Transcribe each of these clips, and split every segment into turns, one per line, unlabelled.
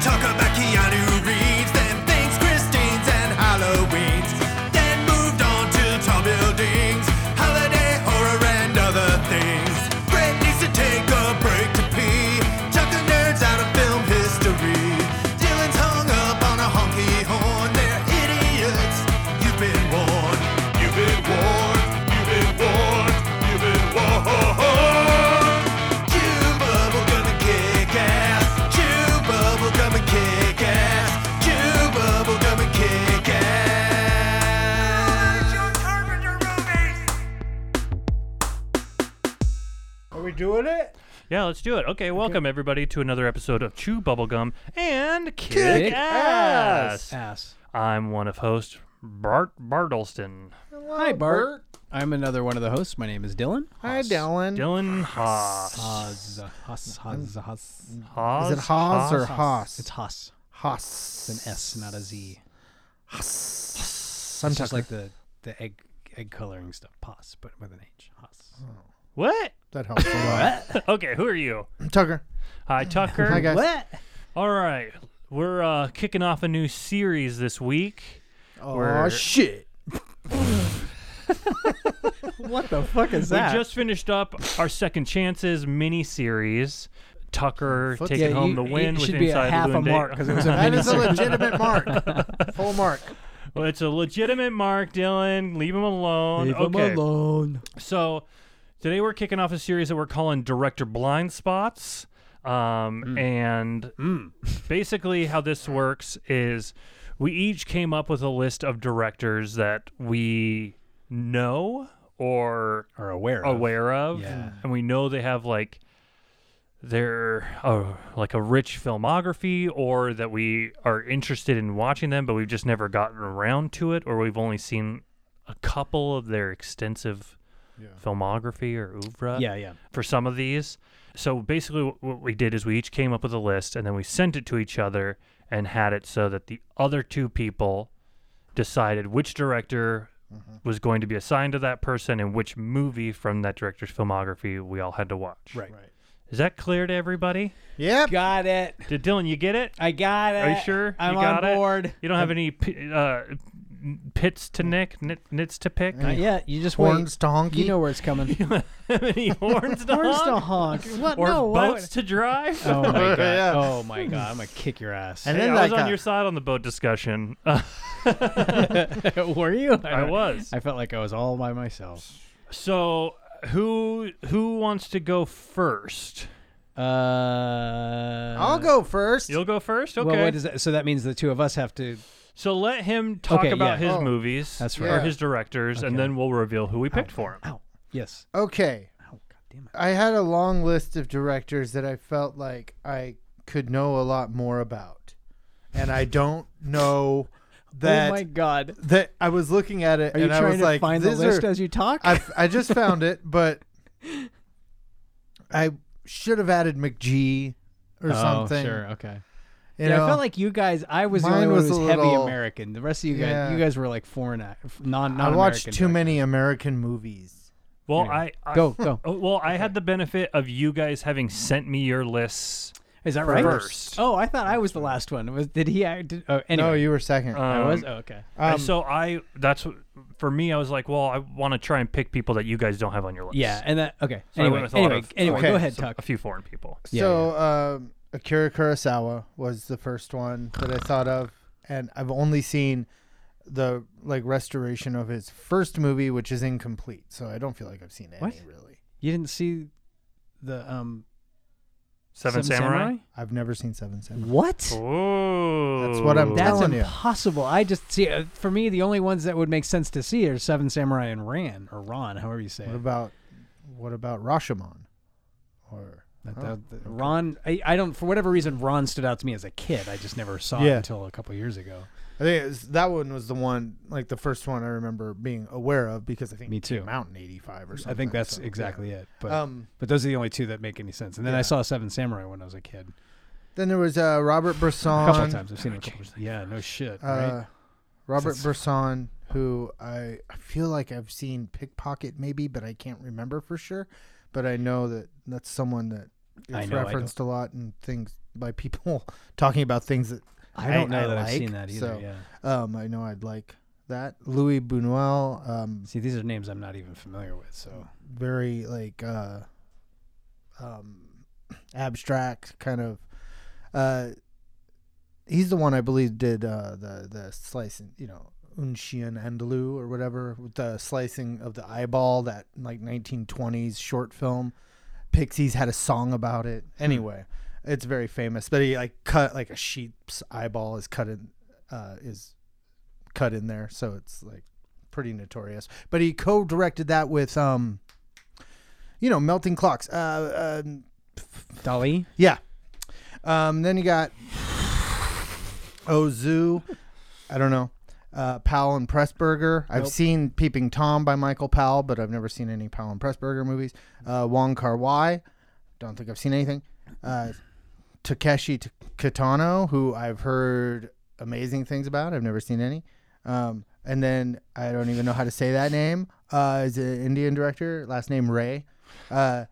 talk about Keanu Reeves, then things, Christine's and Halloween's, then moved on to tall buildings, holiday horror and other things. Brett needs to take a break to pee, chuck the nerds out of film history. Dylan's hung up on a honky horn, they're idiots. You've been warned, you've been warned, you've been warned, you've been warned. Chew bubblegum and kick ass. Chew bubblegum and kick ass. Chew bubblegum and kick ass.
Are we doing it?
Yeah, let's do it. Okay, welcome everybody to another episode of Chew Bubblegum and Kick, ass.
Ass.
I'm one of hosts, Bart Bartleston.
Hi, Bart. I'm another one of the hosts. My name is Dylan.
Hi, Dylan.
Dylan Haas.
Haas. Haas. Haas. Haas.
Haas.
Is it Haas or Haas?
It's Haas.
Haas.
It's an S, not a Z.
I'm
It's just
talking.
like the the egg egg coloring stuff. Haas, but with an H. Haas.
What?
that helps a lot.
okay, who are you?
Tucker.
Hi, Tucker.
Hi, guys.
What?
All right, we're uh, kicking off a new series this week.
Oh
We're-
shit.
What the fuck is that?
We just finished up our Second Chances mini series. Tucker
Foot-
taking
Yeah,
home
you-
the win
it
with
should be a
inside
half a
Lewandowski.
mark 'cause it was a
That is a legitimate mark. Full mark.
Well, it's a legitimate mark, Dylan. Leave him alone.
Leave 'em
okay.
alone.
So today we're kicking off a series that we're calling Director Blind Spots. Um, And basically, how this works is we each came up with a list of directors that we know or
Are aware. of.
aware of,
Yeah.
and we know they have like their oh, like a rich filmography, or that we are interested in watching them, but we've just never gotten around to it, or we've only seen a couple of their extensive filmography or oeuvre
Yeah, yeah.
for some of these. So basically, wh- what we did is we each came up with a list and then we sent it to each other and had it so that the other two people decided which director
Mm-hmm.
was going to be assigned to that person and which movie from that director's filmography we all had to watch.
Right.
Is that clear to everybody?
Yep.
Got it.
Did Dylan, you get it?
I got it.
Are you sure?
Uh, I'm
you got
on
it?
board.
You don't have any p- uh, n- pits to nick, nit- nits to pick?
Not yet. You just
Horns
wait.
to honky.
You know where it's coming.
any horns to
Horns to
honk?
honk. What?
Or
no. why would-
boats to drive?
Oh my god.
Yeah.
Oh my god. I'm gonna kick your ass.
And
Hey,
then
I
that
was on
guy-
your side on the boat discussion.
Were you?
I was.
I felt like I was all by myself.
so who who wants to go first?
Uh,
I'll
I'll
go first.
You'll go first. Okay.
Uh, Well, what is that? So that means the two of us have to.
so let him talk
Okay,
about
yeah.
his
Oh,
movies
that's
or
right.
his directors, and
Okay.
then we'll reveal who we picked for him.
Ow. Yes.
Okay.
Ow. God damn it.
I had a long list of directors that I felt like I could know a lot more about. And I don't know that
oh my god.
that I was looking at it
Are you
and I
trying
was
to
like
find the
these
list
are-
as you talk?
I I just found it, but I should have added McGee or something.
Oh, Sure. Okay.
You
yeah,
know,
I felt like you guys. I was the
mine
only one
was
who
a
was heavy
little-
American. The rest of you guys,
Yeah.
you guys were like foreign, ac- non.
I
non-American
watched too
directors.
many American movies.
Well,
Anyway,
I, I
Go go.
oh, Well, I had the benefit of you guys having sent me your lists.
Is that right?
First.
Oh, I thought I was the last one. Was did he? act- Did, oh, anyway.
No, you were second.
I
Um,
was. Oh, okay.
and
Um,
so I that's what- for me. I was like, well, I want to try and pick people that you guys don't have on your list.
Yeah, and that okay.
So I
anyway,
went with a lot
anyway,
of-
anyway,
Okay.
go ahead,
Some-
Tuck.
a few foreign people.
Yeah,
so um, Akira Kurosawa was the first one that I thought of, and I've only seen the like restoration of his first movie, which is incomplete. So I don't feel like I've seen any
What?
really.
You didn't see the um
Seven, Samurai.
I've never seen Seven Samurai.
What?
Ooh.
That's what I'm
That's
telling you.
impossible. I just see uh, for me the only ones that would make sense to see are Seven Samurai and Ran or Ron, however you say
What
it.
about what about Rashomon? Or
That-
Oh,
that- that- Ron, I, I don't for whatever reason Ron stood out to me as a kid. I just never saw
Yeah.
it until a couple years ago.
I think it was, that one was the one like the first one I remember being aware of because I think
Me
it came
too.
out in '85 or something.
I think that's
so, yeah.
exactly it. But
Um,
but those are the only two that make any sense. And then
yeah.
I saw Seven Samurai when I was a kid.
Then there was uh, Robert Bresson.
A couple of times I've seen it. a couple of- Yeah, no shit. right?
Uh, Robert
That's-
Bresson, who I, I feel like I've seen Pickpocket maybe, but I can't remember for sure. But I know that that's someone that It's
I know, I don't-
referenced a lot in things by people talking about things that
I don't know
I
that I've
like,
seen that either.
so-
Yeah.
um, I know I'd like. That Louis Buñuel, um,
See, these are names I'm not even familiar with. So
very like uh, um, abstract kind of. Uh, he's the one I believe did uh, the the slicing, you know, Un Chien Andalou or whatever with the slicing of the eyeball, that like 1920s short film. Pixies had a song about it. Anyway, it's very famous. But he like cut like a sheep's eyeball is cut in uh, is cut in there, so it's like pretty notorious. But he co-directed that with um, you know, melting clocks. Uh, um,
Dolly,
yeah. Um, then you got Ozu. I don't know. Uh, Powell and Pressburger. I've
Nope.
seen Peeping Tom by Michael Powell, but I've never seen any Powell and Pressburger movies. Uh, Wong Kar Wai. Don't think I've seen anything. Uh, Takeshi T- Kitano, who I've heard amazing things about. I've never seen any. Um, and then I don't even know how to say that name. Uh, is an Indian director, last name Ray. Uh,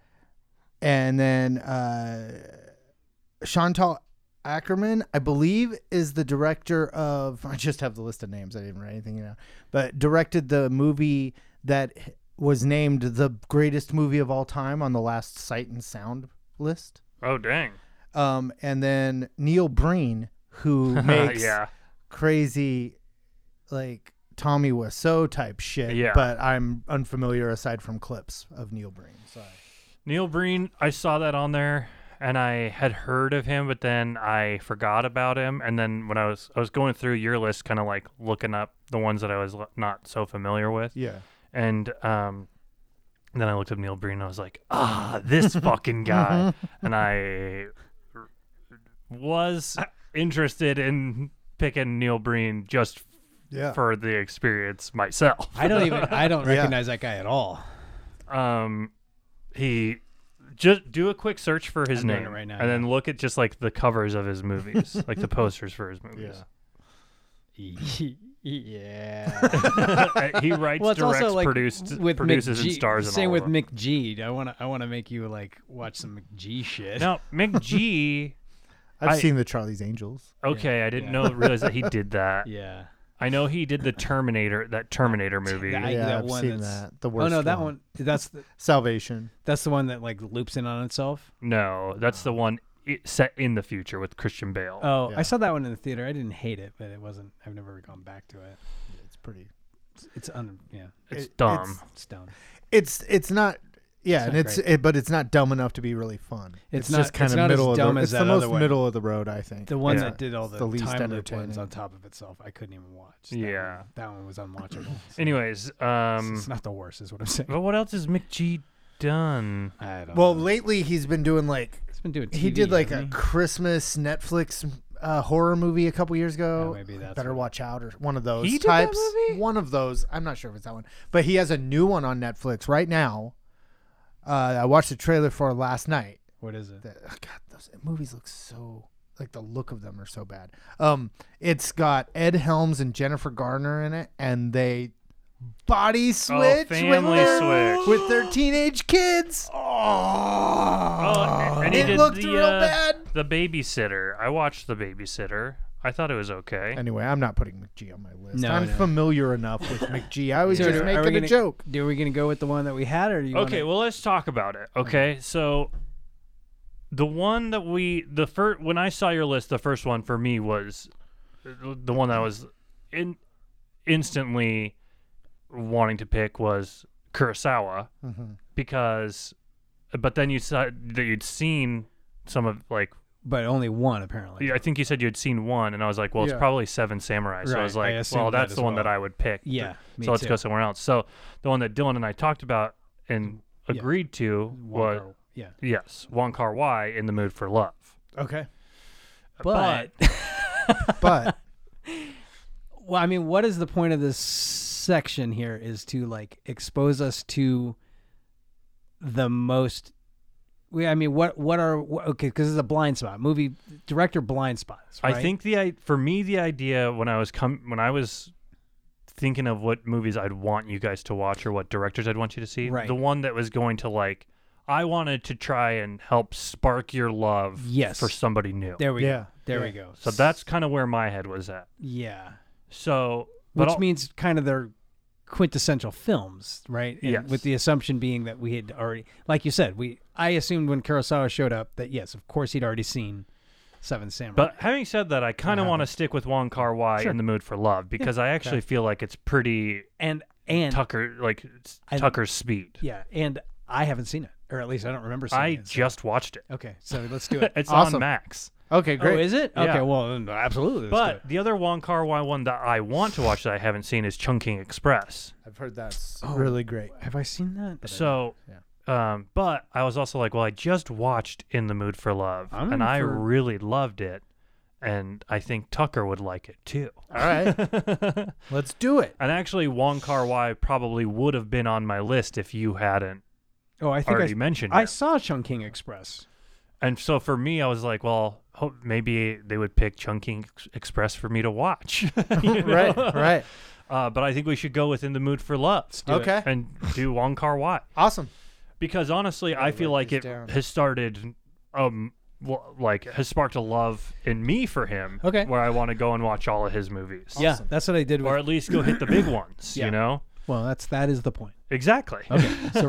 and then uh, Chantal Ackerman, I believe, is the director of. I just have the list of names. I didn't write anything down, but directed the movie that was named the greatest movie of all time on the last Sight and Sound list.
Oh dang.
Um, and then Neil Breen, who makes
yeah.
crazy, like Tommy Wiseau type shit.
Yeah.
But I'm unfamiliar aside from clips of Neil Breen. Sorry.
Neil Breen, I saw that on there and I had heard of him, but then I forgot about him. And then when I was I was going through your list, kind of like looking up the ones that I was l- not so familiar with,
Yeah.
and um, then I looked up Neil Breen and I was like, ah, this fucking guy. and I r- was interested in picking Neil Breen just f-
Yeah.
for the experience myself.
I don't even I don't
Yeah.
recognize that guy at all.
um he just do a quick search for his
I'm doing
name
it right now,
and then look at just like the covers of his movies like the posters for his movies
yeah.
he writes
well, it's
directs
also like
produced
with
produces
McG-
and stars and
Same
all
with
of them.
Mick G. I want to I want to make you like watch some McG shit.
now mick g
I've
I-
seen the Charlie's Angels.
okay i didn't
yeah.
know realize that he did that
Yeah.
i know he did the terminator that terminator movie
I-
yeah,
that
I've
one
seen
that's-
that. The
Oh
worst.
no, that one that's the,
Salvation.
that's the one that like loops in on itself.
no that's the one i set in the future with christian bale
Oh,
Yeah.
I saw that one in the theater. I didn't hate it, but it wasn't. I've never gone back to it.
It's pretty.
It's, it's un. Yeah,
it's
it-
dumb
it's-
it's dumb. It's,
It's it's not. Yeah, and
not
it's it, but it's not dumb enough to be really fun.
It's
just
not-
kind
it's
of
not as
middle of
dumb
the,
as
It's the
that other
most
one.
middle of the road, I think.
the one
Yeah.
that did all the,
the least
time loop ones
entertaining.
on top of itself. I couldn't even watch. That
Yeah.
one, that one was unwatchable. so
anyways
it's,
um
it's not the worst, is what I'm saying.
but what else has mick g done
I don't.
Well,
know.
lately he's been doing like
it's been doing. TV,
he did like a
hasn't he?
Christmas Netflix uh, horror movie a couple years ago.
Oh, maybe that's
Better
what-
watch out or one of those
He did that
types.
movie?
One of those. I'm not sure if it's that one, but he has a new one on Netflix right now. Uh, I watched the trailer for last night.
What is it?
that oh god those movies look so like the look of them are so bad um it's got ed helms and jennifer garner in it and they body switch with,
Oh, family
their,
switch.
with their teenage kids
Oh, and he
it
did
looked
the,
real
uh,
bad
The babysitter. I watched the babysitter. I thought it was okay.
anyway i'm not putting mcgee on my list
No,
i'm
no.
familiar enough with mcgee i was
So
just
are- are we
making
gonna-
a joke
Do we gonna go with the one that we had, or do you?
Okay,
Wanna, Mm-hmm.
well let's talk about it. Okay, so the one that we the first when I saw your list, the first one for me was the one that I was in instantly wanting to pick was Kurosawa
Mm-hmm.
because, but then you said that you'd seen some of like
but only one apparently.
Yeah, I think you said you had seen one, and I was like, well, it's
Yeah.
probably Seven Samurai. So
Right,
I was
I
like,
assumed
well,
that
that's
as
the one that
well.
I would pick.
Yeah, me
so let's
too.
go somewhere else. So the one that Dylan and I talked about
Mm,
and agreed to was
Or- yeah,
yes, Wong Kar Wai in the Mood for Love.
okay
but
but
well, I mean, what is the point of this section here is to like expose us to the most. We, I mean, what what are wh- okay? Because it's a blind spot movie director blind spots. Right?
I think the i- for me the idea when I was com- when I was thinking of what movies I'd want you guys to watch or what directors I'd want you to see,
Right.
the one that was going to like I wanted to try and help spark your love
Yes.
for somebody new.
There we
Yeah,
go. There
yeah.
we go.
so that's kind of where my head was at.
yeah.
So, but
Which
al-
means kind of their quintessential films, right? And
Yes.
With the assumption being that we had already, like you said, we I assumed when Kurosawa showed up that yes, of course he'd already seen Seven Samurai.
But having said that, I kind of want to stick with Wong Kar Wai in the mood for love because I actually feel like it's pretty
and and
Tucker, like it's
I-
Tucker's speed.
yeah, and I haven't seen it, or at least I don't remember seeing
I
it. so-
just watched it.
okay, so let's do it.
It's
Awesome.
on Max.
Okay, great.
Oh, is it?
Yeah.
Okay, well, then, absolutely. let's do
But
it.
the other Wong Kar Wai one that I want to watch that I haven't seen is Chungking Express.
I've heard that's
Oh.
really great.
have I seen that? But I-
So, um, but I was also like, well, I just watched In the Mood for Love,
I'm in
and I
for-
really loved it, and I think Tucker would like it too.
All
Ah.
right, let's do it.
And actually, Wong Kar Wai probably would have been on my list if you hadn't
oh, I think I,
already mentioned
I
it.
saw Chungking Express.
And so for me, I was like, well, hope maybe they would pick Chungking Ex- Express for me to watch. You know?
Right, right.
Uh, but I think we should go with In the Mood for Love
Do it.
okay,
and do Wong Kar Wai.
awesome.
because honestly, I feel
write
like it
this down.
has started, um, well, like has sparked a love in me for him.
Okay.
where I want to go and watch all of his movies.
Yeah, that's what I did.
or
With,
at least go hit the big ones.
Yeah.
You know,
well, that's that is the point.
exactly.
so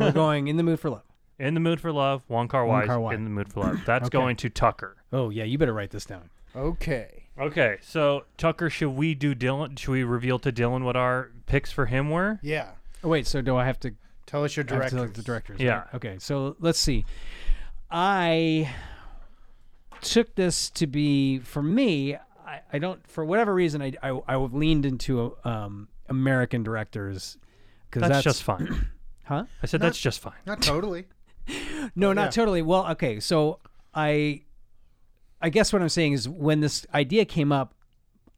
we're going in the mood for love.
In the mood for love, Wong Kar
Wong
Wai.
Kar-wai.
In the mood for love. That's going to Tucker.
Oh yeah, you better write this down.
Okay.
Okay, so Tucker, should we do Dylan? Should we reveal to Dylan what our picks for him were?
Yeah.
Oh wait, so do I have to
Tell us your
I have to
director.
look at the directors?
Yeah.
right? Okay, so let's see. I took this to be for me. I, I don't for whatever reason I I, I leaned into um, American directors because
That's, just fine.
Huh?
I said that's just fine.
Not totally.
No, not totally. Well, okay. So I, I guess what I'm saying is when this idea came up,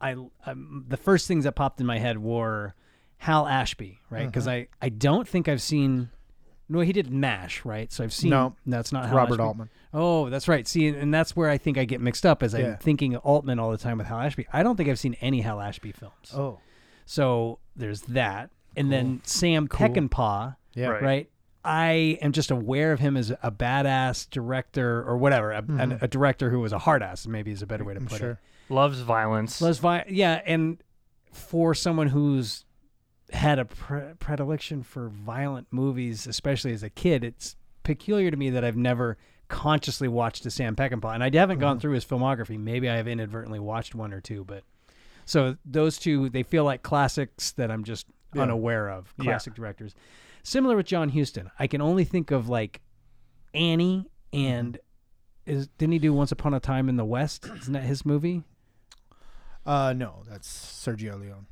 I um, the first things that popped in my head were Hal Ashby, right?
Mm-hmm.
Because I I don't think I've seen. No, he did Mash, right? So I've seen.
No.
that's not Hal
Robert
Ashby.
Altman.
Oh, that's right. See, and that's where I think I get mixed up, as
Yeah.
I'm thinking Altman all the time with Hal Ashby. I don't think I've seen any Hal Ashby films.
Oh,
So there's that, and then Sam Peckinpah
yeah.
Right.
right? I am just aware of him as a badass director or whatever, a, an, a director who was a hard ass, maybe is a better way to put
Mm-hmm. Sure.
it.
Loves violence.
Les Vi- yeah, and for someone who's had a pre- predilection for violent movies, especially as a kid, it's peculiar to me that I've never consciously watched a Sam Peckinpah, and I haven't
Mm-hmm.
gone through his filmography. Maybe I have inadvertently watched one or two, but so those two, they feel like classics that I'm just unaware of.
Yeah.
Classic directors. Similar with John Huston, I can only think of like Annie and
Mm-hmm.
is didn't he do Once Upon a Time in the West? Isn't that his movie?
Uh, no, that's Sergio Leone.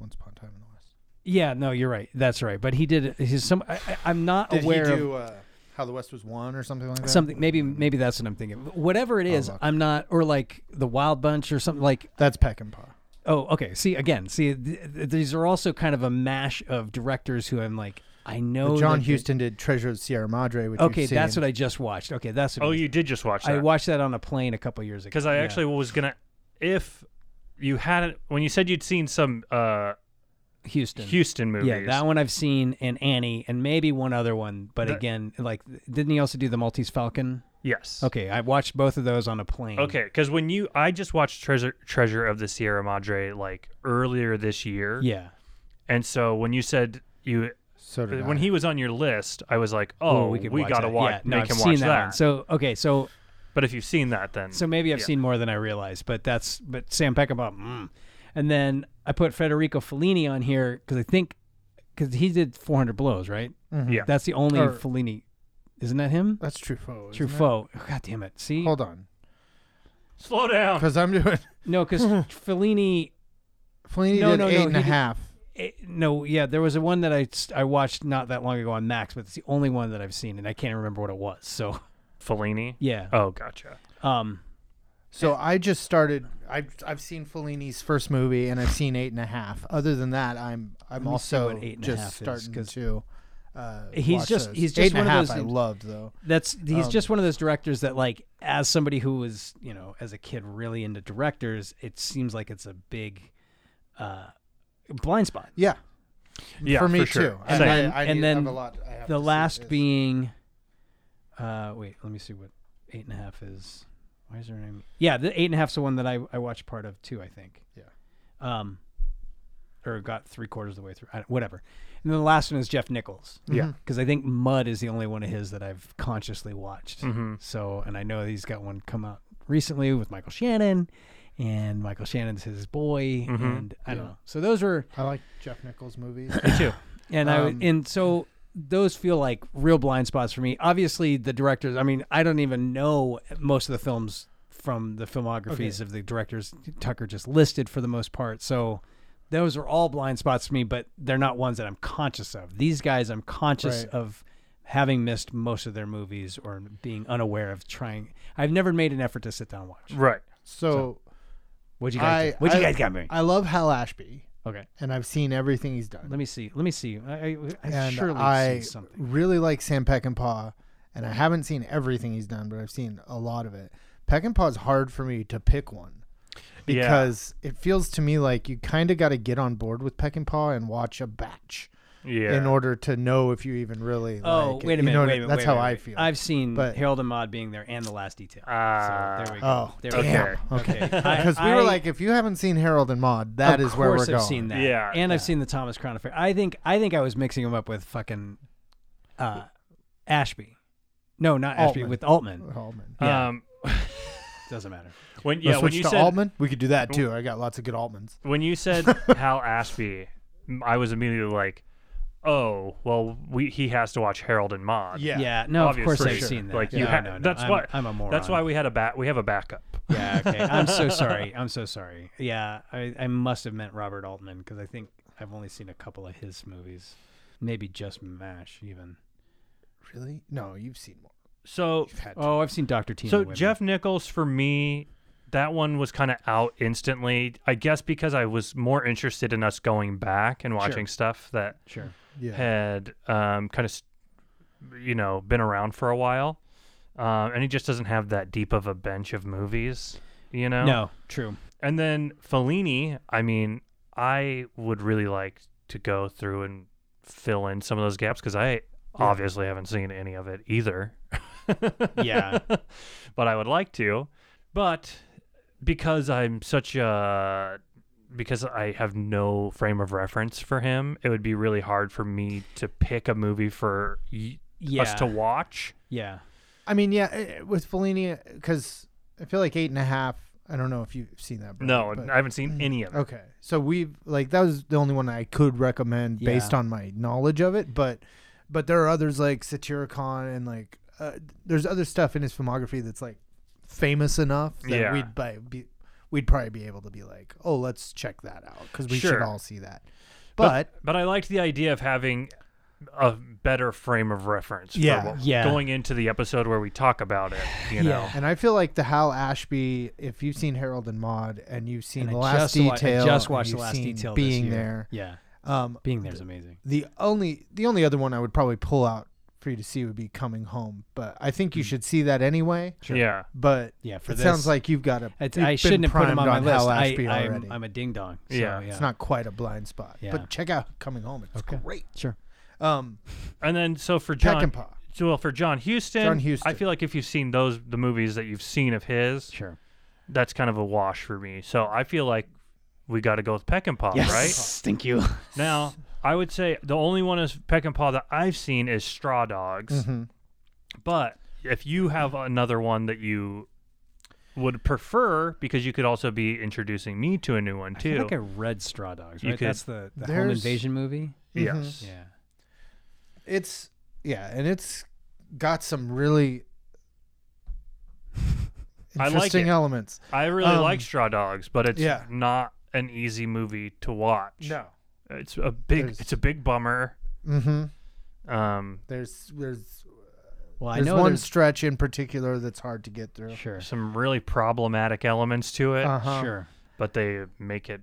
Once upon a time in the West.
Yeah, no, you're right. That's right. But he did. He's some. I, I- I'm not aware of
uh, How the West Was Won or something like that?
something. Maybe maybe that's what I'm thinking. Whatever it is,
look.
I'm not. Or like the Wild Bunch or something like.
That's Peckinpah.
Oh, okay. See again. See, th- th- these are also kind of a mash of directors who I'm like. I know
But John
that they-
Huston did Treasure of Sierra Madre, which
Okay, that's what I just watched. Okay, that's. What
oh,
it is.
you did just watch that.
I watched that on a plane a couple years ago.
because I
Yeah.
actually was gonna if you hadn't when you said you'd seen some uh
Houston.
Houston movies.
Yeah, that one I've seen, and Annie, and maybe one other one. But again, like, didn't he also do the Maltese Falcon?
Yes.
Okay, I watched both of those on a plane.
Okay, because when you I just watched Treasure Treasure of the Sierra Madre like earlier this year.
Yeah.
And so when you said you
So did
when
I.
he was on your list, I was like, Oh,
Ooh,
we,
could
gotta
that.
watch
Yeah, no,
make
I've
him
seen
watch that.
one. So okay, so
but if you've seen that then
so maybe I've
Yeah.
seen more than I realized, but that's but Sam Peckinpah, mm. and then I put Federico Fellini on here because I think because he did 400 blows, right?
yeah.
That's the only
Or-
Fellini, isn't that him?
Mm-hmm. That's Truffaut. isn't it?
Truffaut. Oh, God damn it! See,
Hold on,
Slow down.
because I'm doing
no, because Fellini.
Fellini
No,
did
no, no,
eight and
he
a
did-
half.
eh, no, yeah, there was a one that I s- I watched not that long ago on Max, but it's the only one that I've seen, and I can't remember what it was. So
Fellini.
yeah,
Oh, gotcha.
um,
So I just started. I've I've seen Fellini's first movie, and I've seen eight and a half. Other than that, I'm I'm
Let me see
also
what Eight and a
just
Half is,
starting
'cause
to. Uh,
he's
watch
just-
those.
he's
eight
just
and a
one of
half
those-
I loved though.
That's he's
Um,
just one of those directors that like as somebody who was, you know, as a kid really into directors, it seems like it's a big uh blind spot.
Yeah,
Yeah.
for me
sure.
too. I,
Same.
I, I
And
need-
then
have a lot. I have
The
to see
last
is-
being Uh, wait, let me see what eight and a half is. Why is her name? Yeah, the eight and a half's the one that I I watched part of too. I think.
Yeah.
Um, or got three quarters of the way through. I, whatever. And then the last one is Jeff Nichols.
Yeah.
Because I think Mud is the only one of his that I've consciously watched.
Mm-hmm.
So, and I know he's got one come out recently with Michael Shannon, and Michael Shannon's his boy,
Mhm.
and
Mm-hmm.
I don't
Yeah.
know. So those were,
I like Jeff Nichols movies.
Me too.
and
Um,
I and so those feel like real blind spots for me. Obviously, the directors. I mean, I don't even know most of the films from the filmographies
Okay.
of the directors Tucker just listed for the most part. So. Those are all blind spots to me, but they're not ones that I'm conscious of. These guys, I'm conscious
Right.
of having missed most of their movies or being unaware of trying. I've never made an effort to sit down and watch.
Right.
So,
What you
I
guys? do? what you
I-
guys got me?
I love Hal Ashby,
okay,
and I've seen everything he's done.
let me see. Let me see. I, I, I
and
surely
I
seen something.
really like Sam Peckinpah, and I haven't seen everything he's done, but I've seen a lot of it. Peckinpah's hard for me to pick one
Yeah.
because it feels to me like you kind of got to get on board with Peckinpah and watch a batch
Yeah.
in order to know if you even really.
Oh,
like it.
wait a
You
minute.
know what
wait
I-
a minute
That's
wait a
how
minute,
I
wait.
feel.
I've seen
But-
Harold and Maude being there and the last detail.
Ah.
so there we go.
Oh,
there
damn.
We go.
Okay.
I-
Because we were
I-
like, if you haven't seen Harold and Maude, that
of
is where we're
course
going.
I've seen that.
Yeah,
and I've seen the Thomas Crown affair. I think I think I was mixing him up with fucking uh, Ashby. No, not Ashby
Altman. Oh.
with Altman.
Altman.
Yeah.
Um.
Doesn't matter.
When
Wanna
yeah, when
switch
you
to
said
Altman, we could do that
Oh.
too. I got lots of good Altmans.
when you said Hal Ashby, m- I was immediately like, oh, well, we he has to watch Harold and Maude.
Yeah,
Yeah.
no,
Obviously,
of course I've
sure.
seen that.
Like
no,
you had.
no, no,
that's
I'm,
why
I'm a moron.
That's why we had a back. We have a backup.
Yeah, okay. I'm so sorry. I'm so sorry. Yeah, I, I must have meant Robert Altman because I think I've only seen a couple of his movies, maybe just Mash even.
Really? No, you've seen more.
So
You've had to.
Oh, I've seen Doctor Teen.
so Jeff Nichols for me, that one was kind of out instantly. I guess because I was more interested in us going back and watching stuff that
sure.
yeah.
had um, kind of you know been around for a while, um, and he just doesn't have that deep of a bench of movies. You know.
No, true.
And then Fellini, I mean, I would really like to go through and fill in some of those gaps because I obviously haven't seen any of it either.
Yeah.
but I would like to. But because I'm such a because I have no frame of reference for him, it would be really hard for me to pick a movie for y-
Yeah,
us to watch.
yeah,
I mean, yeah, eh, with Fellini, because I feel like eight and a half. I don't know if you've seen that. Brad,
No,
but-
I haven't seen any of it.
okay. So we've like that was the only one I could recommend based
Yeah.
on my knowledge of it, but but there are others like Satyricon and like uh, there's other stuff in his filmography that's like famous enough that
Yeah.
we'd by, be we'd probably be able to be like, oh, let's check that out because we should
Sure.
all see that. But,
but I liked the idea of having a better frame of reference.
Yeah,
for what-
yeah.
Going into the episode where we talk about it, you know.
Yeah.
and I feel like the Hal Ashby, if you've seen Harold and Maude and you've seen
And
the
I
last
just wa- I
detail,
just
and
watched the
you've
last
seen
detail. this
being
year.
there.
Yeah,
Um,
being there is amazing.
the only the only other one I would probably pull out for you to see would be Coming Home, but I think you should see that anyway.
Yeah.
But
Mm. Yeah, for
it sounds
this-
like you've got a.
I,
you've
I
been
shouldn't have put him
primed
on my list.
Hal
I,
Ashby
I'm,
already.
I'm a ding dong. So,
Yeah,
yeah,
it's not quite a blind spot,
Yeah.
but check out Coming Home. It's
Okay.
great.
sure.
Um,
And then so for John
Peckinpah.
so, well for John Houston,
John Huston.
I feel like if you've seen those the movies that you've seen of his,
Sure.
that's kind of a wash for me. So I feel like we got to go with Peckinpah, right?
Thank you.
Now, I would say the only one is Peckinpah that I've seen is Straw Dogs.
Mhm.
But if you have another one that you would prefer because you could also be introducing me to a new one
I feel
too.
like I read Straw Dogs.
You
Right?
could-
That's the, the home
There's-
invasion movie.
Yes.
mm-hmm.
Yeah.
It's yeah, and it's got some really
I like
interesting
it.
elements.
I really
Um,
like Straw Dogs, but it's
yeah.
not an easy movie to watch. It's a big
There's-
it's a big bummer.
Mm-hmm.
Um
There's there's
Well, I
there's
know
one
there's
stretch in particular that's hard to get through.
sure,
some really problematic elements to it,
Uh-huh.
sure.
but they make it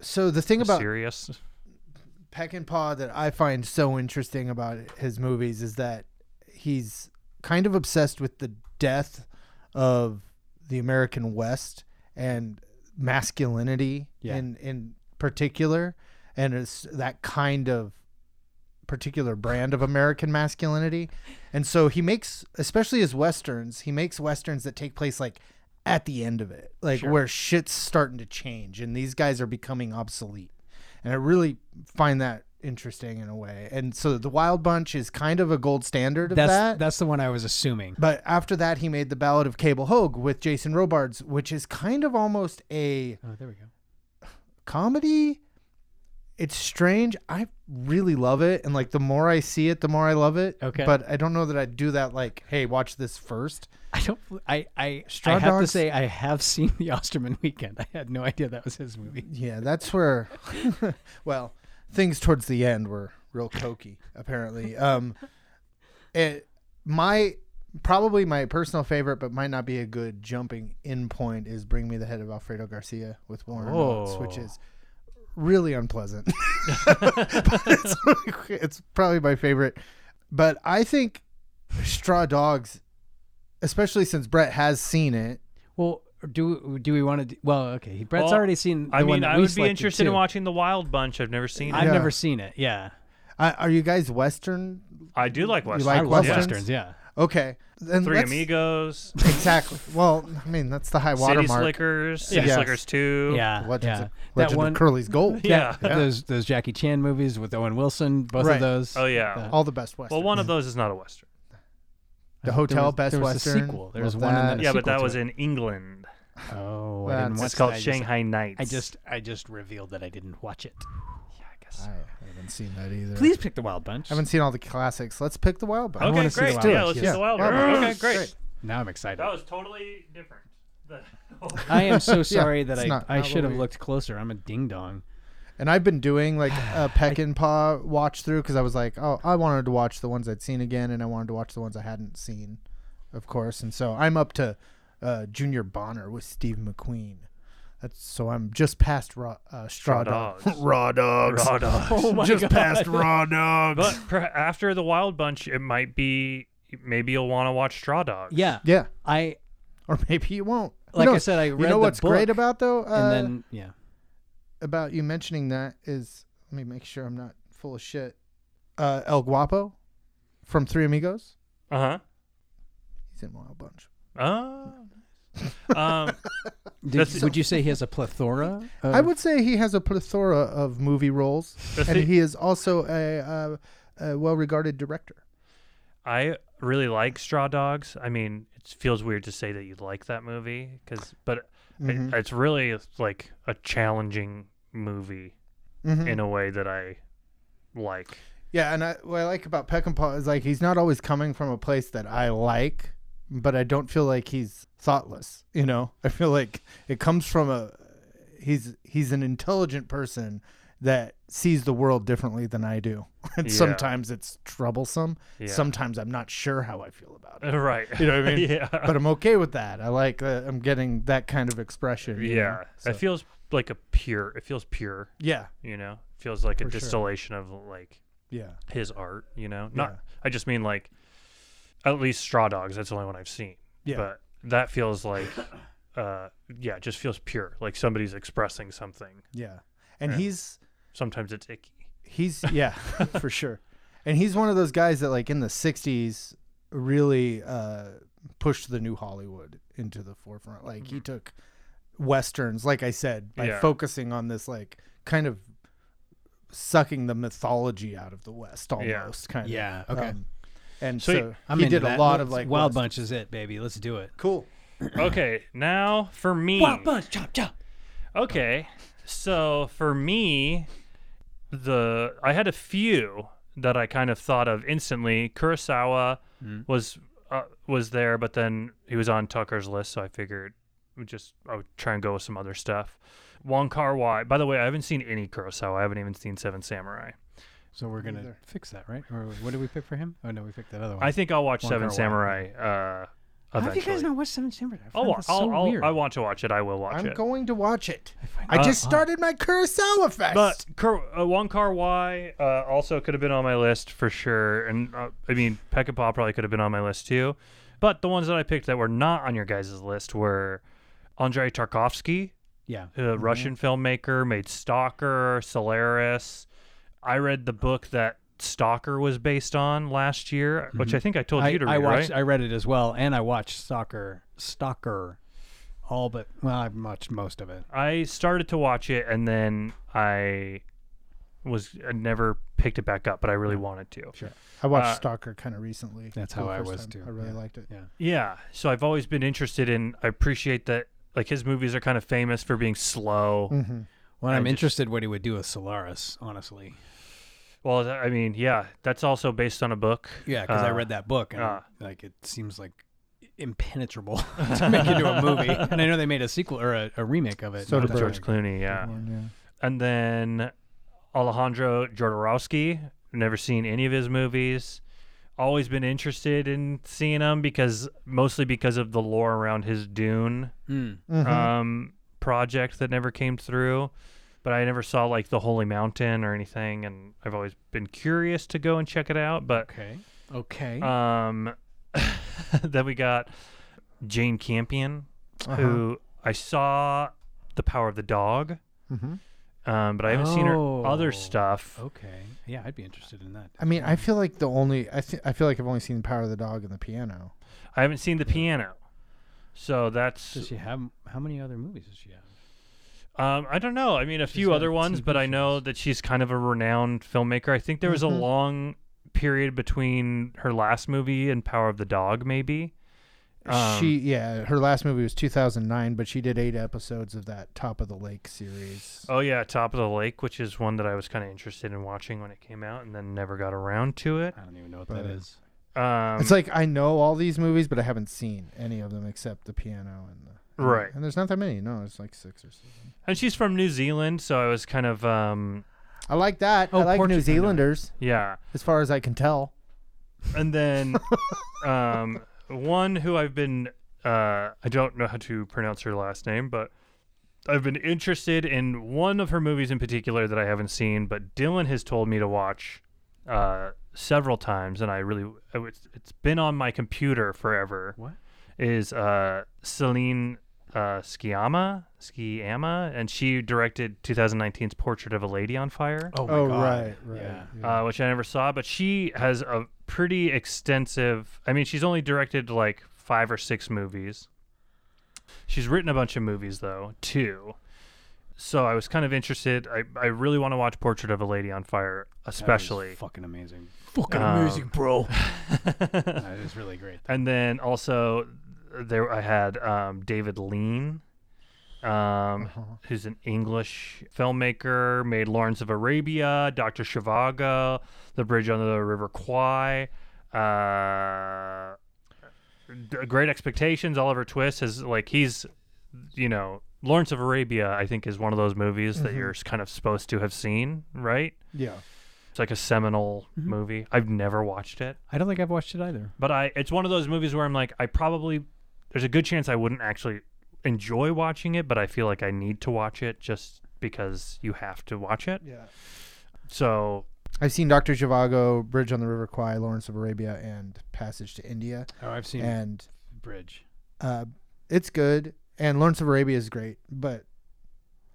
So the thing about
serious.
Peckinpah that I find so interesting about his movies is that he's kind of obsessed with the death of the American West and masculinity
Yeah.
in in particular, and it's that kind of particular brand of American masculinity. And so he makes, especially his westerns, he makes westerns that take place like at the end of it, like where shit's starting to change and these guys are becoming obsolete. And I really find that interesting in a way. And so The Wild Bunch is kind of a gold standard of
That's
that.
that's the one I was assuming.
But after that, he made the Ballad of Cable Hogue with Jason Robards, which is kind of almost a
Oh, there we go.
comedy. It's strange. I really love it, and like the more I see it, the more I love it.
Okay.
But I don't know that I'd do that. Like, hey, watch this first.
I don't. I I,
Straw
I have to
Dogs-
say I have seen The Osterman Weekend. I had no idea that was his movie.
Yeah, that's where. well, things towards the end were real cokey, apparently. Um, it my probably my personal favorite, but might not be a good jumping in point is "Bring Me the Head of Alfredo Garcia" with Warren Oates, which
Whoa.
is really unpleasant. But it's,
Oh.
it's probably my favorite, but I think Straw Dogs, especially since Brett has seen it.
Well, do do we want to? Well, okay. Brett's
Well,
already seen. The
I
one
mean,
that
I
we
would be
selected,
interested
too.
in watching The Wild Bunch. I've never seen
I've
it.
Yeah.
never seen it. Yeah,
I, are you guys Western?
I do like Westerns.
like
I love
Westerns?
westerns. Yeah,
Okay, then
Three
let's-
Amigos,
Exactly. Well, I mean, that's the high
City
watermark.
Slickers, City
Yes.
Slickers 2.
yeah,
Legends,
yeah.
of,
that
Legend
one.
of Curly's Gold.
Yeah.
Those those Jackie Chan movies with Owen Wilson. Both
Right.
of those.
Oh, yeah.
The-
All the best westerns.
Well, one of those is not a Western.
the
there
Hotel,
was-
Best
there was a
Western.
sequel. There was
Love
one and then
that.
a
Yeah, but that
sequel
was
to
in England.
Oh, I
That's-
didn't watch
It's called
that. I just-
Shanghai Nights.
I just I just revealed that I didn't watch it.
Yeah, I guess. so.
I haven't seen that either.
Please pick the Wild Bunch.
I haven't seen all the classics. Let's pick the Wild Bunch.
I
Okay,
wanna see The
great.
Wild
Yeah,
Bunch.
let's
Yeah.
do the Wild
Wild
Bunch.
Bunch.
Okay, great.
Great.
now I'm excited.
That was totally different. The-
I am so sorry that
it's
I,
not-
I
not
should
what
have
we-
looked closer. I'm a ding dong.
And I've been doing like a Peck and Paw watch through because I was like, oh, I wanted to watch the ones I'd seen again, and I wanted to watch the ones I hadn't seen, of course. And so I'm up to uh, Junior Bonner with Steve McQueen. That's so I'm just past raw, uh, Straw,
Raw
Dog.
dogs.
raw Dogs.
Raw dogs.
just past Raw Dogs.
But per- after the Wild Bunch, it might be maybe you'll want to watch Straw Dogs.
Yeah,
yeah,
I
or maybe you won't. Who
Like I
knows?
said, I
you
read
know
the
what's great
book,
about though,
and
uh,
then yeah.
about you mentioning that is let me make sure I'm not full of shit. Uh, El Guapo from Three Amigos.
Uh huh.
He's in Wild Bunch.
Oh. um,
Did, would you say he has a plethora? Of,
I would say he has a plethora of movie roles,
That's
and
it.
he is also a, uh, a well-regarded director.
I really like Straw Dogs. I mean, it feels weird to say that you like that movie, cause, but it-
Mm-hmm.
it's really like a challenging movie
Mm-hmm.
in a way that I like.
Yeah, and I, what I like about Peckinpah is like he's not always coming from a place that I like, but I don't feel like he's thoughtless. You know, I feel like it comes from a he's he's an intelligent person that sees the world differently than I do, and
Yeah.
sometimes it's troublesome.
Yeah.
Sometimes I'm not sure how I feel about it.
Right.
You know what I mean?
yeah.
But I'm okay with that. I like that I'm getting that kind of expression. you know?
yeah.
So-
It feels like a pure, it feels pure,
Yeah,
you know? It feels like a
sure.
distillation of like
yeah.
his art, you know? Not,
Yeah.
I just mean like, at least Straw Dogs, that's the only one I've seen.
Yeah.
But that feels like, uh, yeah, it just feels pure. Like somebody's expressing something.
Yeah. And he's
Sometimes it's icky.
he's yeah, for sure. And he's one of those guys that like in the 60s really uh pushed the new Hollywood into the forefront. Like he took westerns like I said by
Mm-hmm. Yeah.
focusing on this like kind of sucking the mythology out of the west almost
Yeah.
kind of.
Yeah, okay.
Um, and
So
so,
y-
I'm
he
into
did a
that.
lot of
Let's-
like
Wild
west-
Bunch is it, baby. Let's do it.
Cool.
okay. Now for me.
Bunch, chop chop.
Okay. So for me, the I had a few that I kind of thought of instantly. Kurosawa was uh, was there, but then he was on Tucker's list, so I figured we just I would try and go with some other stuff. Wong Kar Wai. By the way, I haven't seen any Kurosawa. I haven't even seen Seven Samurai.
So we're gonna fix that, right? Or what did we pick for him? Oh no, we picked that other one.
I think I'll watch
Wong
Seven
Kar-wai.
Samurai. Uh,
How have you
eventually.
guys not watched Seven Samurai? I
I'll,
find
wa-
this
I'll,
so
I'll-
weird.
I want to watch it. I will watch
I'm
it.
going to watch it.
find-
I just
Uh,
started my Kurosawa fest.
But Kar- uh, Wong Kar Wai uh, also could have been on my list for sure, and uh, I mean Peck and Paw probably could have been on my list too. But the ones that I picked that were not on your guys' list were Andrei Tarkovsky,
Yeah.
a Russian filmmaker, made Stalker, Solaris. I read the book that Stalker was based on last year, which I think I told
Mm-hmm. I,
you to read,
I watched.
right?
I read it as well, and I watched Stalker. Stalker, all but well, I watched most of it.
I started to watch it and then I was I never picked it back up, but I really wanted to. Sure.
I watched
Uh,
Stalker kind of recently.
That's
for the
how I
first
was
time.
too,
I really
yeah.
liked it.
Yeah.
Yeah. So I've always been interested in I appreciate that like his movies are kind of famous for being slow.
Well,
I
I'm
just-
interested what he would do with Solaris, honestly.
Well, th- I mean, yeah, that's also based on a book.
Yeah, because I
Uh,
read that book, and
uh.
like it seems like impenetrable to make into a movie. And I know they made a sequel or a, a remake of it. not
Soderbergh.
that
George
long ago.
Clooney, yeah.
Born,
and then Alejandro Jodorowsky. Never seen any of his movies. Always been interested in seeing him because mostly because of the lore around his Dune
Mm.
yeah. Mhm.
um, project that never came through. But I never saw like the Holy Mountain or anything, and I've always been curious to go and check it out. But
Okay. Okay.
um, then we got Jane Campion,
Uh-huh.
who I saw The Power of the Dog,
Mhm.
um, but I haven't seen her
Oh.
other stuff.
okay. Yeah, I'd be interested in that.
I mean, I feel like the only I th- I feel like I've only seen Power of the Dog and the Piano.
I haven't seen The Piano, so that's
Does she have how many other movies does she have?
um, I don't know. I mean, a few
got
other ones,
TV
but I know
shows.
that she's kind of a renowned filmmaker. I think there was
Mm-hmm.
a long period between her last movie and Power of the Dog, maybe. Um,
she yeah, her last movie was 2009, but she did eight episodes of that Top of the Lake series.
Um,
Oh yeah, Top of the Lake, which is one that I was kind of interested in watching when it came out, and then never got around to it.
I don't even know what
But-
that is.
Um,
it's like I know all these movies, but I haven't seen any of them except the Piano and the and-
Right.
And there's not that many. No, it's like six or seven.
and she's from New Zealand, so I was kind of um,
I like that.
Oh,
I like
Portu- I
New
know.
Zealanders,
yeah.
as far as I can tell.
and then um, one who I've been uh, I don't know how to pronounce her last name, but I've been interested in one of her movies in particular that I haven't seen, but Dylan has told me to watch uh, several times, and I really I was- it's been on my computer forever.
What?
is uh, Celine? Uh, Skiama, Skiama, and she directed 2019's Portrait of a Lady on Fire
Oh, my
oh
God.
right, right.
Yeah.
uh, which I never saw, but she has a pretty extensive. I mean, she's only directed like five or six movies. She's written a bunch of movies though, too. So I was kind of interested. I, I really want to watch Portrait of a Lady on Fire,
That was
especially.
fucking amazing.
Fucking
Um,
amazing, bro.
That is really great.
and then also there I had um, David Lean, um, who's an English filmmaker, made Lawrence of Arabia, Doctor Shivago, The Bridge under the River Kwai. Uh, D- Great Expectations. Oliver Twist is like he's, you know, Lawrence of Arabia. I think is one of those movies that you're s- kind of supposed to have seen, right?
Yeah.
It's like a seminal movie. I've never watched it
I don't think I've watched it either.
but I it's one of those movies where I'm like I probably there's a good chance I wouldn't actually enjoy watching it, but I feel like I need to watch it just because you have to watch it.
Yeah.
So
I've seen Doctor Zhivago, Bridge on the River Kwai, Lawrence of Arabia, and Passage to India,
Oh, I've seen
and
Bridge.
uh, it's good. And Lawrence of Arabia is great, but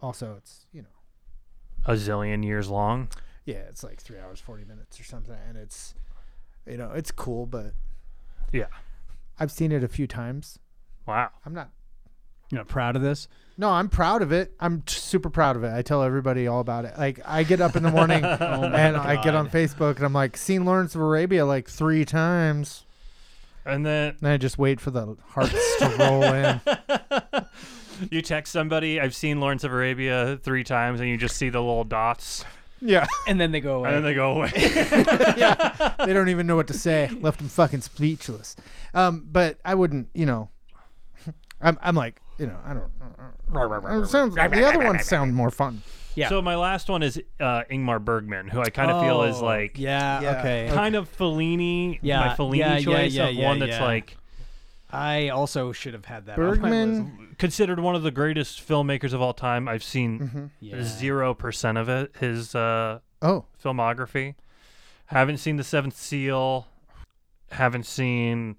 also it's you know
a zillion years long.
yeah it's like three hours forty minutes or something, and it's you know it's cool, but
Yeah.
I've seen it a few times.
Wow.
I'm not
You're not proud of this?
no, I'm proud of it. I'm t- super proud of it. I tell everybody all about it. Like I get up in the morning and I get on Facebook and I'm like seen Lawrence of Arabia like three times,
And then
and I just wait for the hearts to roll in.
you text somebody, I've seen Lawrence of Arabia three times, and you just see the little dots,
Yeah.
And then they go away.
and then they go away.
yeah, they don't even know what to say. Left them fucking speechless. Um, but I wouldn't, you know. I'm, I'm like, you know, I don't. uh, it sounds, the other ones sound more fun.
Yeah.
So my last one is uh, Ingmar Bergman, who I kind of feel is
Oh,
like
yeah,
Yeah.
okay.
kind of Fellini, my
Yeah,
Fellini
yeah, yeah,
choice
yeah,
of
yeah,
one that's
yeah.
like
I also should have had that. on my list.
Bergman,
considered one of the greatest filmmakers of all time. I've
Mm-hmm.
seen
Yeah.
zero percent of it, his uh,
oh,
filmography. Haven't seen The Seventh Seal. Haven't seen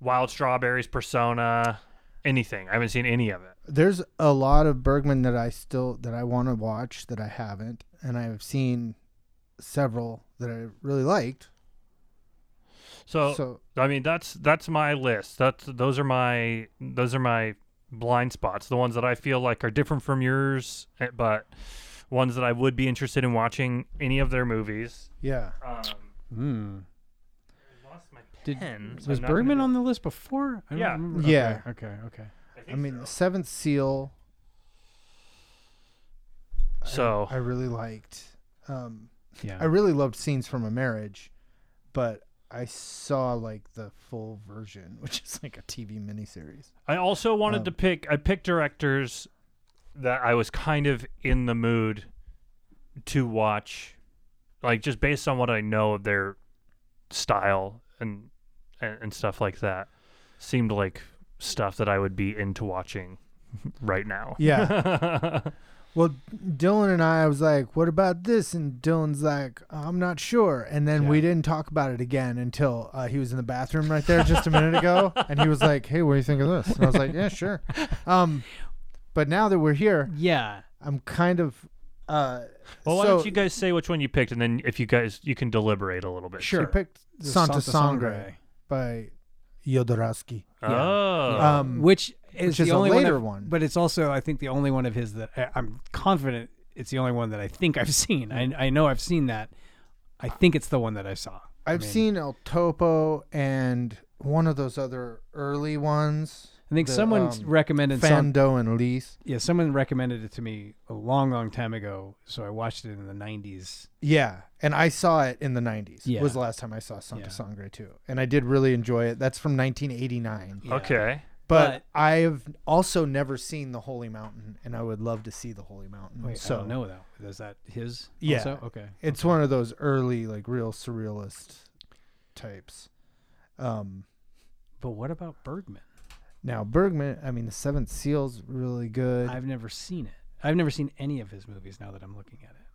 Wild Strawberries, Persona, anything. I haven't seen any of it.
there's a lot of Bergman that I still that I want to watch that I haven't, and I have seen several that I really liked.
So,
Oh.
So-
I mean that's that's my list. That's those are my those are my blind spots. The ones that I feel like are different from yours, eh, but ones that I would be interested in watching any of their movies.
Yeah.
Um,
Hmm.
lost my
Did-
pen, so
Was
I'm not gonna
Bergman
do-
on the list before? I don't
Yeah.
remember.
Yeah.
Okay. Okay. okay.
I mean, The Seventh Seal,
so
I really liked. Um,
Yeah.
I really loved Scenes from a Marriage, but I saw like the full version, which is like a TV miniseries.
I also wanted
Um,
to pick. I picked directors that I was kind of in the mood to watch, like just based on what I know of their style and and, and stuff like that. Seemed like stuff that I would be into watching right now. Yeah.
Well, Dylan and I, I was like, "What about this?" And Dylan's like, "I'm not sure." And then we
Yeah.
didn't talk about it again until uh, he was in the bathroom right there just a minute ago, and he was like, "Hey, what do you think of this?" And I was like, "Yeah, sure." Um, but now that we're here,
yeah.
I'm kind of. Uh,
well, why
so
don't you guys say which one you picked, and then if you guys you can deliberate a little bit.
she picked
The
Santa,
Sangre.
Sangre by Jodorowsky.
Oh.
Um,
which is,
which is
the
a
only one
later
of-
one.
but it's also I think the only one of his that I, I'm confident it's the only one that I think I've seen. I I know I've seen that. I think it's the one that I saw. I
I've
mean,
seen El Topo and one of those other early ones.
I think
the,
someone
um,
recommended some,
Fando and Elise.
yeah, someone recommended it to me a long, long time ago. So I watched it in the '90s.
Yeah, and I saw it in the '90s.
Yeah.
was the last time I saw Santa
Yeah.
Sangre too, and I did really enjoy it. That's from 1989.
Yeah.
Okay.
But,
But-
I've also never seen the Holy Mountain, and I would love to see the Holy Mountain.
Wait,
so
I don't know that. Is that his?
Yeah.
Also? Okay.
it's one of those early, like real surrealist types. Um,
But what about Bergman?
now Bergman, I mean, The Seventh Seal's really good.
I've never seen it. I've never seen any of his movies. Now that I'm looking at it,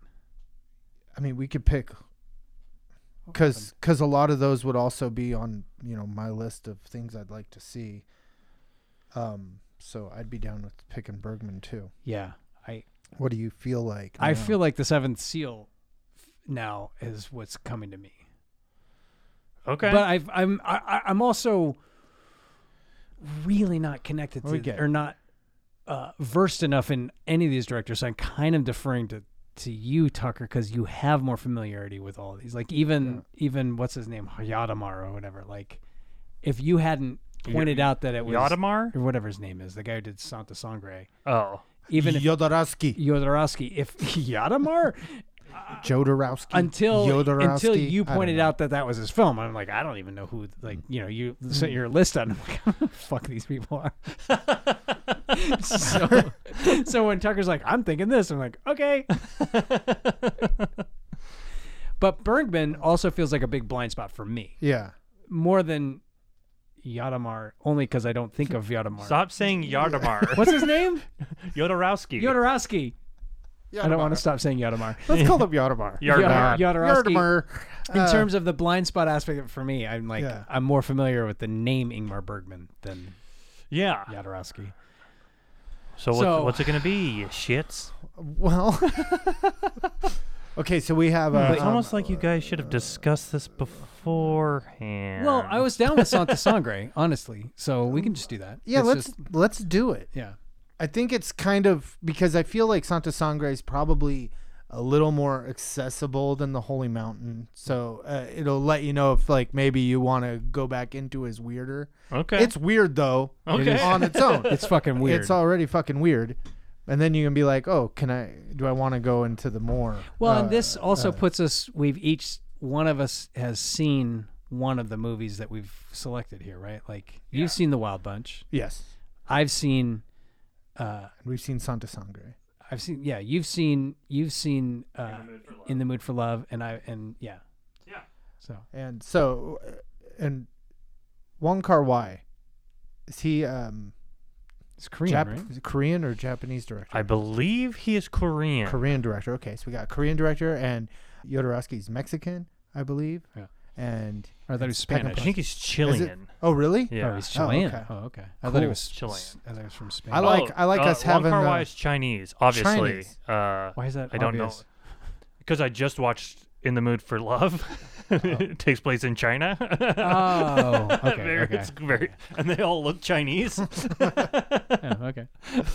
I mean, we could pick because because a lot of those would also be on you know my list of things I'd like to see. Um, so I'd be down with picking Bergman too.
yeah, I
What do you feel like?
I
now?
feel like the Seventh Seal f- now is what's coming to me.
Okay.
But I've, I'm I, I- I'm also really not connected to
We get it.
or not uh, versed enough in any of these directors. So I'm kind of deferring to to you, Tucker, because you have more familiarity with all of these. Like even even what's his name, Hayadamar or whatever. Like if you hadn't pointed out that it was
Yadamar.
or whatever his name is, the guy who did Santa Sangre,
Oh.
even if
Jodorowsky,
Jodorowsky, if Yadamar
Jodorowsky,
until
Jodorowsky,
until you
I don't
pointed
know.
out that that was his film. I'm like, I don't even know who like you know you
Mm.
sent your list out. I'm like, fuck these people are. so, so when Tucker's like, I'm thinking this, I'm like, okay. but Bergman also feels like a big blind spot for me
Yeah,
more than Yadamar, only because I don't think of Yadamar.
Stop saying Yadamar.
What's his name?
Yodorowski.
Yodorowski. I don't want to stop saying Yadamar.
Let's call him Yodorowsky.
Yardamar.
Yodorowsky. In
Uh,
terms of the blind spot aspect of it for me, I'm like
Yeah.
I'm more familiar with the name Ingmar Bergman than
Yeah.
Jodorowsky.
So, what's,
So-
what's it gonna be, you shits?
well. okay, so we have. Uh,
it's
um,
almost like you guys should have discussed this beforehand.
Well, I was down with Santa Sangre, honestly, so we can just do that.
yeah.
It's
let's
just-
let's do it.
yeah,
I think it's kind of because I feel like Santa Sangre is probably a little more accessible than the Holy Mountain, so uh, it'll let you know if like maybe you want to go back into his weirder.
okay.
It's weird though,
Okay.
on its own.
it's fucking weird.
It's already fucking weird, and then you can be like, oh, can I? Do I want to go into the more?
well,
uh,
and this also puts us. We've each one of us has seen one of the movies that we've selected here, right? Like you've seen The Wild Bunch.
yes,
I've seen. Uh,
we've seen Santa Sangre.
I've seen. Yeah, you've seen. You've seen. Uh, in the mood for love, and I and yeah.
Yeah.
So
And so, uh, and Wong Kar Wai, is he um
it's Korean,
Jap-
right?
Korean or Japanese director?
I believe he is Korean.
Korean director. Okay, so we got Korean director and Yodorowski's Mexican, I believe.
Yeah.
And
Or I thought he was
Spank
Spanish.
I think he's
is
Chilean.
it? Oh, really?
Yeah.
Oh, he's
Oh,
Chilean. Oh,
okay.
okay. I thought
Cool.
it was
Chilean.
I thought it was from Spain.
I like-
Oh,
I like
uh,
us having,
Wong Kar
uh,
Wai is Chinese, obviously.
Chinese.
Uh,
Why is that?
I don't know
obvious?
because I just watched In the Mood for Love. it takes place in China.
Oh, okay,
very,
okay.
it's very, and they all look Chinese.
Oh, okay.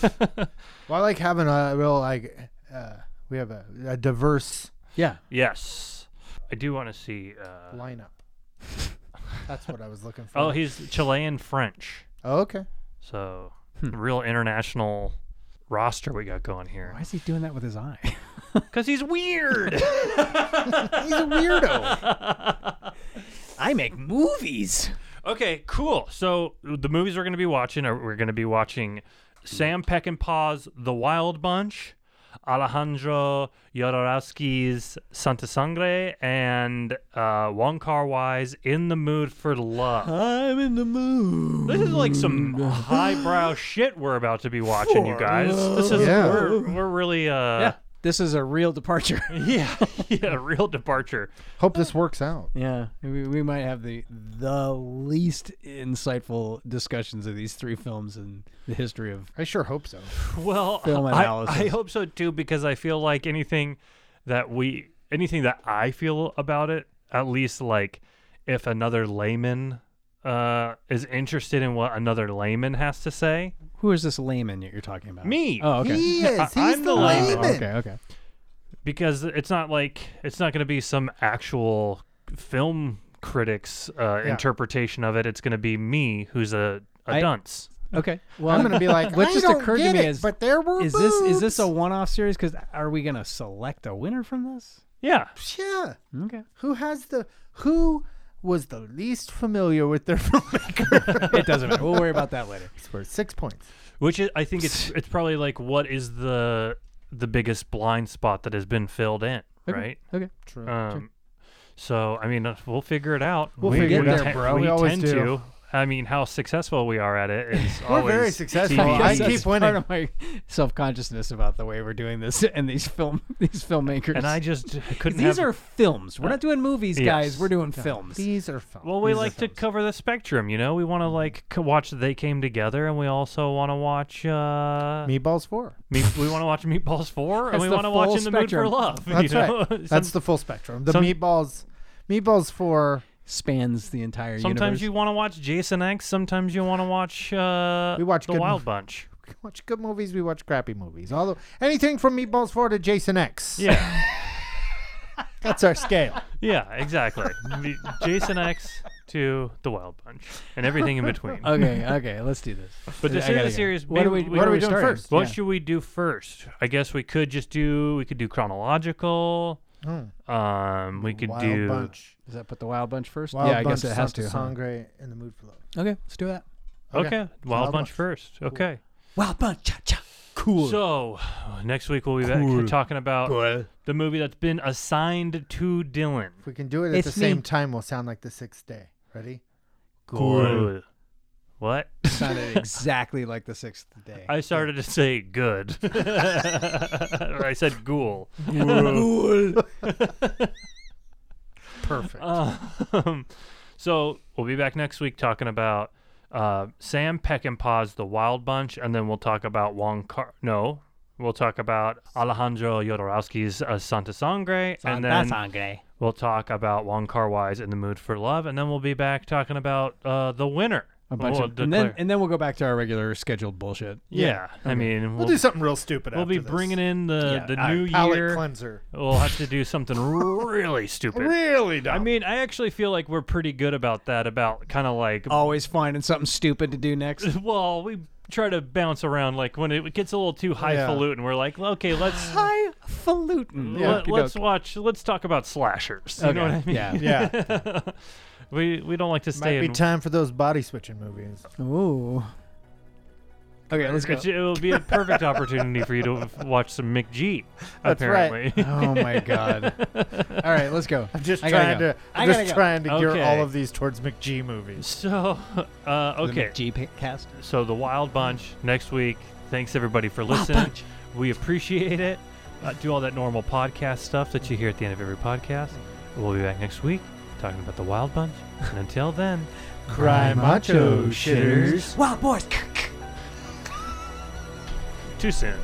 Well, I like having a real like uh, we have a, a diverse
Yeah.
yes, I do want to see. Uh,
lineup. That's what I was looking for.
oh, he's Chilean French,
Oh, okay.
so real international roster we got going here.
Why is he doing that with his eye?
Because he's weird.
He's a weirdo.
I make movies.
Okay, cool. So the movies we're going to be watching are we're going to be watching Sam Peckinpah's The Wild Bunch, Alejandro Jodorowsky's Santa Sangre, and uh, Wong Kar Wai's In the Mood for Love.
I'm in the mood.
This is like some highbrow shit we're about to be watching, you guys. This is
Yeah.
we're, we're really uh
Yeah. This is a real departure.
yeah yeah real departure.
Hope this works out.
yeah. We, we might have the the least insightful discussions of these three films in the history of
I sure hope so.
Well,
Film
I,
analysis.
I hope so too because I feel like anything that we anything that I feel about it, at least like if another layman uh is interested in what another layman has to say.
who is this layman that you're talking about?
Me.
Oh, okay.
He is.
I-
He's
I'm
the
the layman.
layman.
okay, okay.
because it's not like it's not going to be some actual film critic's uh,
Yeah.
interpretation of it. It's going to be me, who's a, a
I-
dunce.
Okay. Well,
I'm gonna be like,
what
I
just
don't
occurred
get
to me
it,
is,
but there were
is this is this a
boobs."
one-off series? Because are we gonna select a winner from this?
Yeah,
yeah?
Okay.
Who has the who was the least familiar with their filmmaker?
it doesn't matter. We'll worry about that later.
it's worth six points.
which is, I think it's it's probably like what is the the biggest blind spot that has been filled in, right?
Okay.
True.
Um, so I mean, uh, we'll figure it out. We'll
figure it out, bro.
We,
We always
tend
do.
to. I mean, how successful we are at it is
We're
always
very successful.
TV.
I
Yes,
keep
that's
winning.
Part of my self-consciousness about the way we're doing this and these film these filmmakers.
and I just couldn't.
these
have-
are films. We're not doing movies,
Yes.
guys. We're doing films.
These are fun.
Well, we
These are Mm-hmm.
like to
films.
cover the spectrum, you know. We want to like c- watch They Came Together, and we also want to watch. Uh,
Meatballs four.
Me- we want to watch Meatballs Four, and
That's
we
the
want to watch
full
In the Mood for
spectrum.
Love. you
That's
know?
right. That's the full spectrum. The
some-
meatballs, meatballs four.
Spans the entire
sometimes
universe.
you want to watch Jason X. Sometimes you want to watch. Uh,
We watch
the
good
Wild
mov-
Bunch.
We watch good movies. We watch crappy movies. Although anything from Meatballs four to Jason X.
Yeah,
that's our scale.
yeah, exactly. Me- Jason X to the Wild Bunch, and everything in between.
okay, okay. Let's do this.
Uh, But this
I
is
gotta
a
go.
series-
What are we?
maybe we-
what
what
are
are
we
we doing
starting?
first?
What
Yeah.
should we do first? I guess we could just do. We could do chronological. Um, we could
Wild
do.
bunch.
Does that put the Wild Bunch first?
Wild
yeah, I
bunch,
guess it has to.
Santa
huh?
Sangre in the mood for love.
Okay, let's do that.
Okay.
Okay.
Wild
Wild
Bunch
Bunch.
first. Okay.
Wild Bunch, cha cha. Cool.
So next week we'll be back
Cool.
talking about
Cool.
the movie that's been assigned to Dylan.
If we can do it at
It's
the same
me.
time, we'll sound like the sixth day. Ready?
Good. What?
sounded exactly like the sixth day.
I started to say good. or I said ghoul.
Perfect.
Um, so we'll be back next week talking about uh, Sam Peckinpah's The Wild Bunch, and then we'll talk about Wong Kar. No, we'll talk about Alejandro Jodorowsky's uh, Santa Sangre, and then we'll talk about Wong Kar Wai's In the Mood for Love, and then we'll be back talking about uh, the winner.
a bunch
We'll
of, and then
declare-
and then we'll go back to our regular scheduled bullshit.
yeah, I mean, we'll,
we'll, do something real stupid.
we'll be bringing in the
Yeah,
the
our
new
palate
year.
cleanser.
We'll have to do something really stupid.
Really dumb.
I mean, I actually feel like we're pretty good about that. About kind of like,
Oh.
Always finding something stupid to do next.
well, we try to bounce around. Like when it gets a little too highfalutin, we're like, okay, let's
Highfalutin.
let, us watch. Let's talk about slashers. You know what I mean?
Yeah.
yeah.
We we don't like to
Might
stay
be
in.
time for those body switching movies.
Ooh. Okay, let's go.
It's- It'll be a perfect opportunity for you to watch some McGee.
That's
apparently.
right.
Oh my god. All right, let's go.
I'm just
I gotta
trying
go.
to.
I
I'm
gotta
just
go.
trying to gear
Okay.
all of these towards McG movies.
So, uh, okay.
G cast.
so the Wild Bunch next week. Thanks everybody for listening.
Bunch.
We appreciate it. Uh, do all that normal podcast stuff that you hear at the end of every podcast. We'll be back next week talking about the Wild Bunch. And until then,
Cry macho shitters.
Wild boys.
too soon.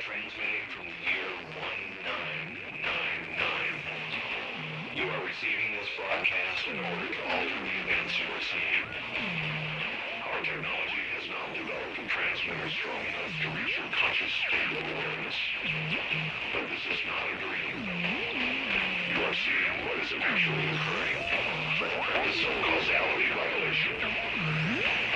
transmitting from year 1999. You are receiving this broadcast in order to alter the events you are seeing. Our technology has now developed a transmitter strong enough to reach your conscious state of awareness. But this is not a dream. You are seeing what is actually occurring. That is some causality violation.